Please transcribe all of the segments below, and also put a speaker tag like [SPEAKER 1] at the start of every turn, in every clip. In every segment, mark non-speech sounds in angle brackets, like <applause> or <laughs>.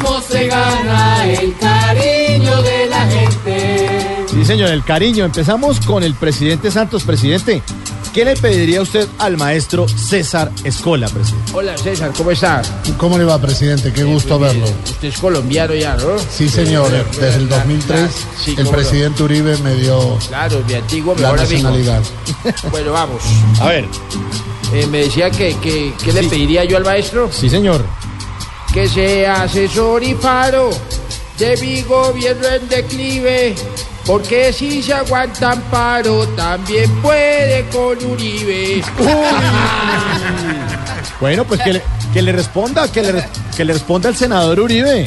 [SPEAKER 1] cómo se gana el cariño de la gente.
[SPEAKER 2] Sí, señor, el cariño. Empezamos con el presidente Santos. Presidente, ¿qué le pediría usted al maestro César Escola, presidente?
[SPEAKER 3] Hola César, ¿cómo está?
[SPEAKER 4] ¿Cómo le va, presidente? Qué gusto verlo.
[SPEAKER 3] Usted es colombiano ya, ¿no?
[SPEAKER 4] Sí, señor. Desde el 2003,
[SPEAKER 3] ah, Sí,
[SPEAKER 4] el
[SPEAKER 3] cómo no.
[SPEAKER 4] presidente Uribe me dio
[SPEAKER 3] Claro, mi antiguo
[SPEAKER 4] la
[SPEAKER 3] mejor amigo.
[SPEAKER 4] nacionalidad.
[SPEAKER 3] <laughs> Bueno, vamos.
[SPEAKER 2] A ver.
[SPEAKER 3] Eh, me decía que, que, ¿qué le pediría yo al maestro?
[SPEAKER 2] Sí, señor.
[SPEAKER 3] Que se asesor y paro de mi gobierno en declive. Porque si se aguantan paro, también puede con Uribe.
[SPEAKER 2] Bueno, pues que le, que le responda, que le, res- que le responda el senador Uribe.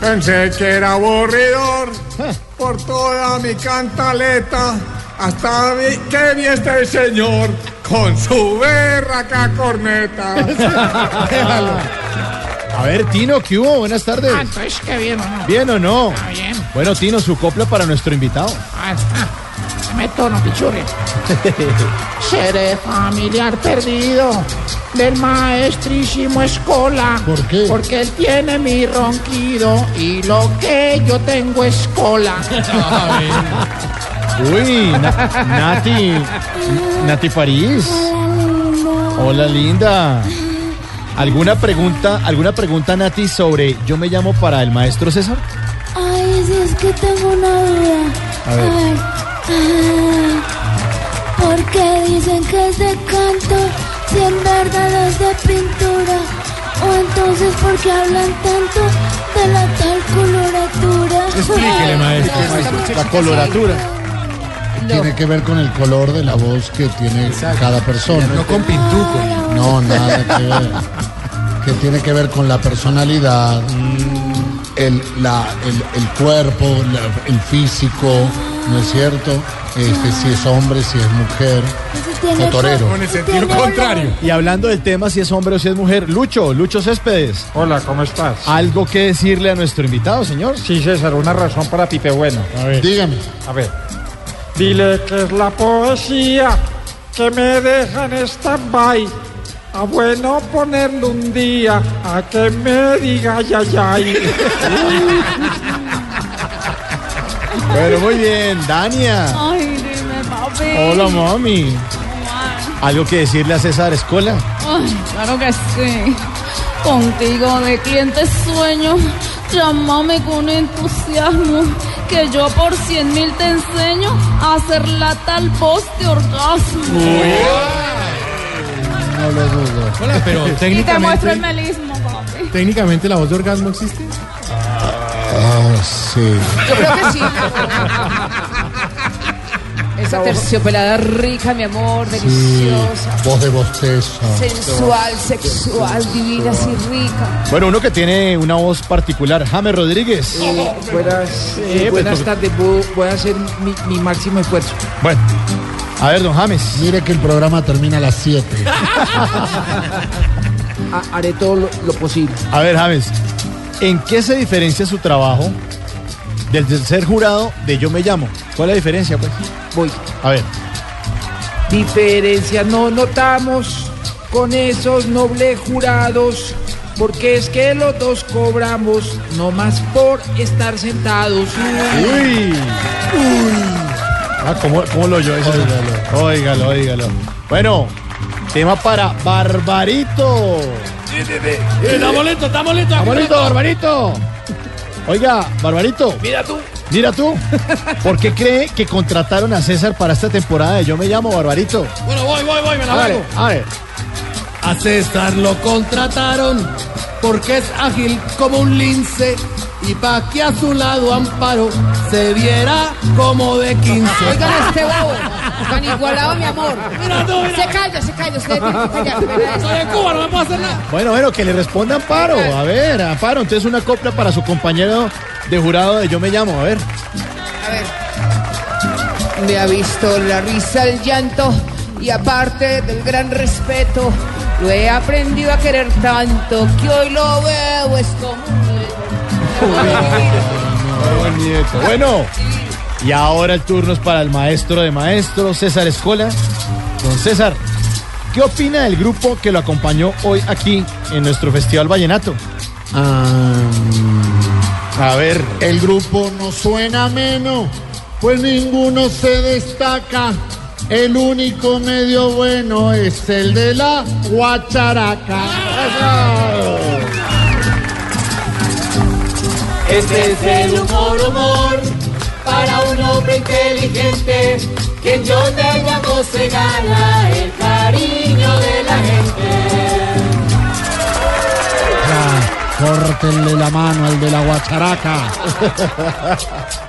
[SPEAKER 5] Pensé que era aburridor
[SPEAKER 6] Ah.
[SPEAKER 5] por toda mi cantaleta. Hasta vi- que vi este señor con su berraca corneta.
[SPEAKER 2] A ver, Tino, ¿qué hubo? Buenas tardes.
[SPEAKER 7] Ah, entonces qué bien, ¿o no?
[SPEAKER 2] ¿Bien o no?
[SPEAKER 7] Ah, bien.
[SPEAKER 2] Bueno, Tino, su copla para nuestro invitado.
[SPEAKER 7] Ah, ah, se meto,
[SPEAKER 4] <laughs>
[SPEAKER 7] no pichurre. Seré familiar perdido del maestrísimo Escola.
[SPEAKER 4] ¿Por qué?
[SPEAKER 7] Porque él tiene mi ronquido y lo que yo tengo es
[SPEAKER 4] <laughs>
[SPEAKER 7] cola.
[SPEAKER 2] Uy, Na- Nati. Nati París. Hola, linda. ¿Alguna pregunta, alguna pregunta, Nati, sobre yo me llamo para el maestro César?
[SPEAKER 8] Ay, sí, es que tengo una duda.
[SPEAKER 2] A ver.
[SPEAKER 8] Ah, ¿Por qué dicen que es de canto si en verdad es de pintura? O entonces, ¿por qué hablan tanto de la tal coloratura?
[SPEAKER 2] Explíquele, maestro. La coloratura.
[SPEAKER 4] Tiene que ver con el color de la voz que tiene cada persona. No con pintuco. No, nada que ver. que tiene que ver con la personalidad, el, la- el- el cuerpo, la- el físico, ¿no es cierto? Este, si es hombre, si es mujer. Cotorero.
[SPEAKER 8] Con el sentido contrario.
[SPEAKER 2] Y hablando del tema si es hombre o si es mujer, Lucho, Lucho Céspedes,
[SPEAKER 6] Hola, ¿cómo estás?
[SPEAKER 2] ¿algo que decirle a nuestro invitado, señor?
[SPEAKER 6] <laughs> Sí, César, una razón para Pipe Bueno.
[SPEAKER 4] Dígame.
[SPEAKER 6] A ver. Dile que es la poesía que me deja en stand-by. A bueno ponerle un día a que me diga ya ya.
[SPEAKER 2] Pero muy bien, Dania.
[SPEAKER 9] Ay, dime, papi.
[SPEAKER 2] Hola, mami. ¿Algo que decirle a César Escola?
[SPEAKER 9] Ay, claro que sí. Contigo de cliente sueño, llámame con entusiasmo, que yo por cien mil te enseño a hacer la tal voz de orgasmo.
[SPEAKER 4] No lo dudo.
[SPEAKER 10] Hola, pero
[SPEAKER 9] Y te muestro
[SPEAKER 10] técnicamente,
[SPEAKER 9] el melismo, papi.
[SPEAKER 10] técnicamente la voz de orgasmo existe.
[SPEAKER 4] Ah, sí.
[SPEAKER 11] Yo creo que sí. Esa terciopelada rica, mi amor,
[SPEAKER 4] Sí,
[SPEAKER 11] deliciosa,
[SPEAKER 4] voz de bostezo.
[SPEAKER 11] sensual, sexual, divina, así rica.
[SPEAKER 2] Bueno, uno que tiene una voz particular, James Rodríguez.
[SPEAKER 3] Buenas, eh, buenas tardes, voy, voy a hacer mi, mi máximo esfuerzo.
[SPEAKER 2] Bueno, a ver, don James.
[SPEAKER 4] Mire que el programa termina a las 7.
[SPEAKER 3] Ha- haré todo lo- lo posible.
[SPEAKER 2] A ver, James, ¿en qué se diferencia su trabajo del de ser jurado de Yo Me Llamo? ¿Cuál es la diferencia, pues?
[SPEAKER 3] Voy.
[SPEAKER 2] A ver,
[SPEAKER 3] Diferencia no notamos con esos nobles jurados, porque es que los dos cobramos no más por estar sentados.
[SPEAKER 2] Uy. Ah, ¿cómo, cómo lo oyó eso? Óigalo. Óigalo, óigalo. Bueno, tema para Barbarito.
[SPEAKER 1] Estamos listos, estamos listos.
[SPEAKER 2] Está bonito, Barbarito. Oiga, Barbarito,
[SPEAKER 3] Mira tú.
[SPEAKER 2] mira tú. ¿Por qué cree que contrataron a César para esta temporada de Yo me llamo Barbarito?
[SPEAKER 1] Bueno, voy, voy, voy, me la
[SPEAKER 2] Hágale,
[SPEAKER 1] juego.
[SPEAKER 2] a ver.
[SPEAKER 10] A César lo contrataron porque es ágil como un lince y pa' que a su lado Amparo se viera como de 15.
[SPEAKER 11] Oigan este bobo, tan igualado, mi amor. Se calla, se calla, usted tiene que callarse.
[SPEAKER 1] Soy de Cuba, no me puedo hacer nada.
[SPEAKER 2] Bueno, bueno, que le responda Amparo. A ver, Amparo, entonces una copla para su compañero de jurado de Yo me llamo. A ver.
[SPEAKER 11] Me ha visto la risa, el llanto y aparte del gran respeto, lo he aprendido a querer tanto que hoy lo veo es como un león.
[SPEAKER 2] Bueno, y ahora el turno es para el maestro de maestros, César Escola. Don César, ¿qué opina del grupo que lo acompañó hoy aquí en nuestro Festival Vallenato?
[SPEAKER 4] Ah,
[SPEAKER 12] A ver.
[SPEAKER 2] El grupo no suena menos, pues ninguno se destaca. El único medio bueno es el de la guacharaca.
[SPEAKER 3] Este es el humor, humor, para un hombre inteligente, que yo te llamo se gana el cariño de la gente.
[SPEAKER 2] Ya, Córtenle la mano al de la guacharaca.